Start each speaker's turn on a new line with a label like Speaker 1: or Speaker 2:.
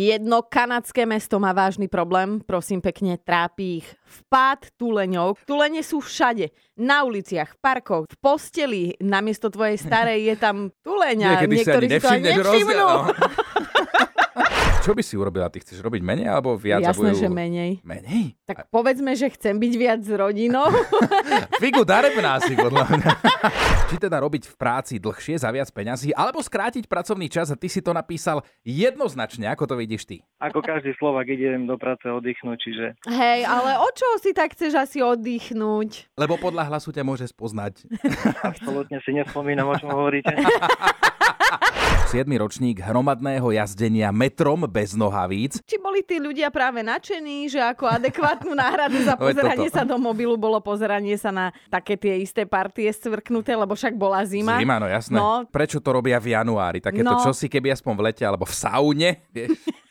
Speaker 1: Jedno kanadské mesto má vážny problém, prosím pekne, trápi ich vpád tuleňov. Tulene sú všade, na uliciach, v parkoch, v posteli, namiesto tvojej starej je tam tuleňa.
Speaker 2: Niekedy si
Speaker 1: Niektorí
Speaker 2: ani
Speaker 1: si to ani
Speaker 2: nevšimneš rozdiel,
Speaker 1: nevšimnú.
Speaker 2: no. Čo by si urobila? Ty chceš robiť menej alebo viac? a
Speaker 1: Jasné,
Speaker 2: budú-
Speaker 1: že menej.
Speaker 2: Menej?
Speaker 1: Tak povedzme, že chcem byť viac s rodinou.
Speaker 2: Figu darebná si, podľa mňa. Či teda robiť v práci dlhšie za viac peňazí, alebo skrátiť pracovný čas a ty si to napísal jednoznačne, ako to vidíš ty.
Speaker 3: Ako každý Slovak idem do práce oddychnúť, čiže
Speaker 1: Hej, ale o čo si tak chceš asi oddychnúť?
Speaker 2: Lebo podľa hlasu ťa môže spoznať.
Speaker 3: absolútne si nespomínam, o čom hovoríte.
Speaker 2: 7. ročník hromadného jazdenia metrom bez nohavíc.
Speaker 1: Či boli tí ľudia práve nadšení, že ako adekvátnu náhradu za
Speaker 2: Veď
Speaker 1: pozeranie
Speaker 2: toto.
Speaker 1: sa do mobilu bolo pozeranie sa na také tie isté partie scvrknuté, lebo však bola zima.
Speaker 2: Zima, no jasné.
Speaker 1: No.
Speaker 2: Prečo to robia v januári? Takéto
Speaker 1: No.
Speaker 2: čosi, keby aspoň v lete alebo v saune, vieš?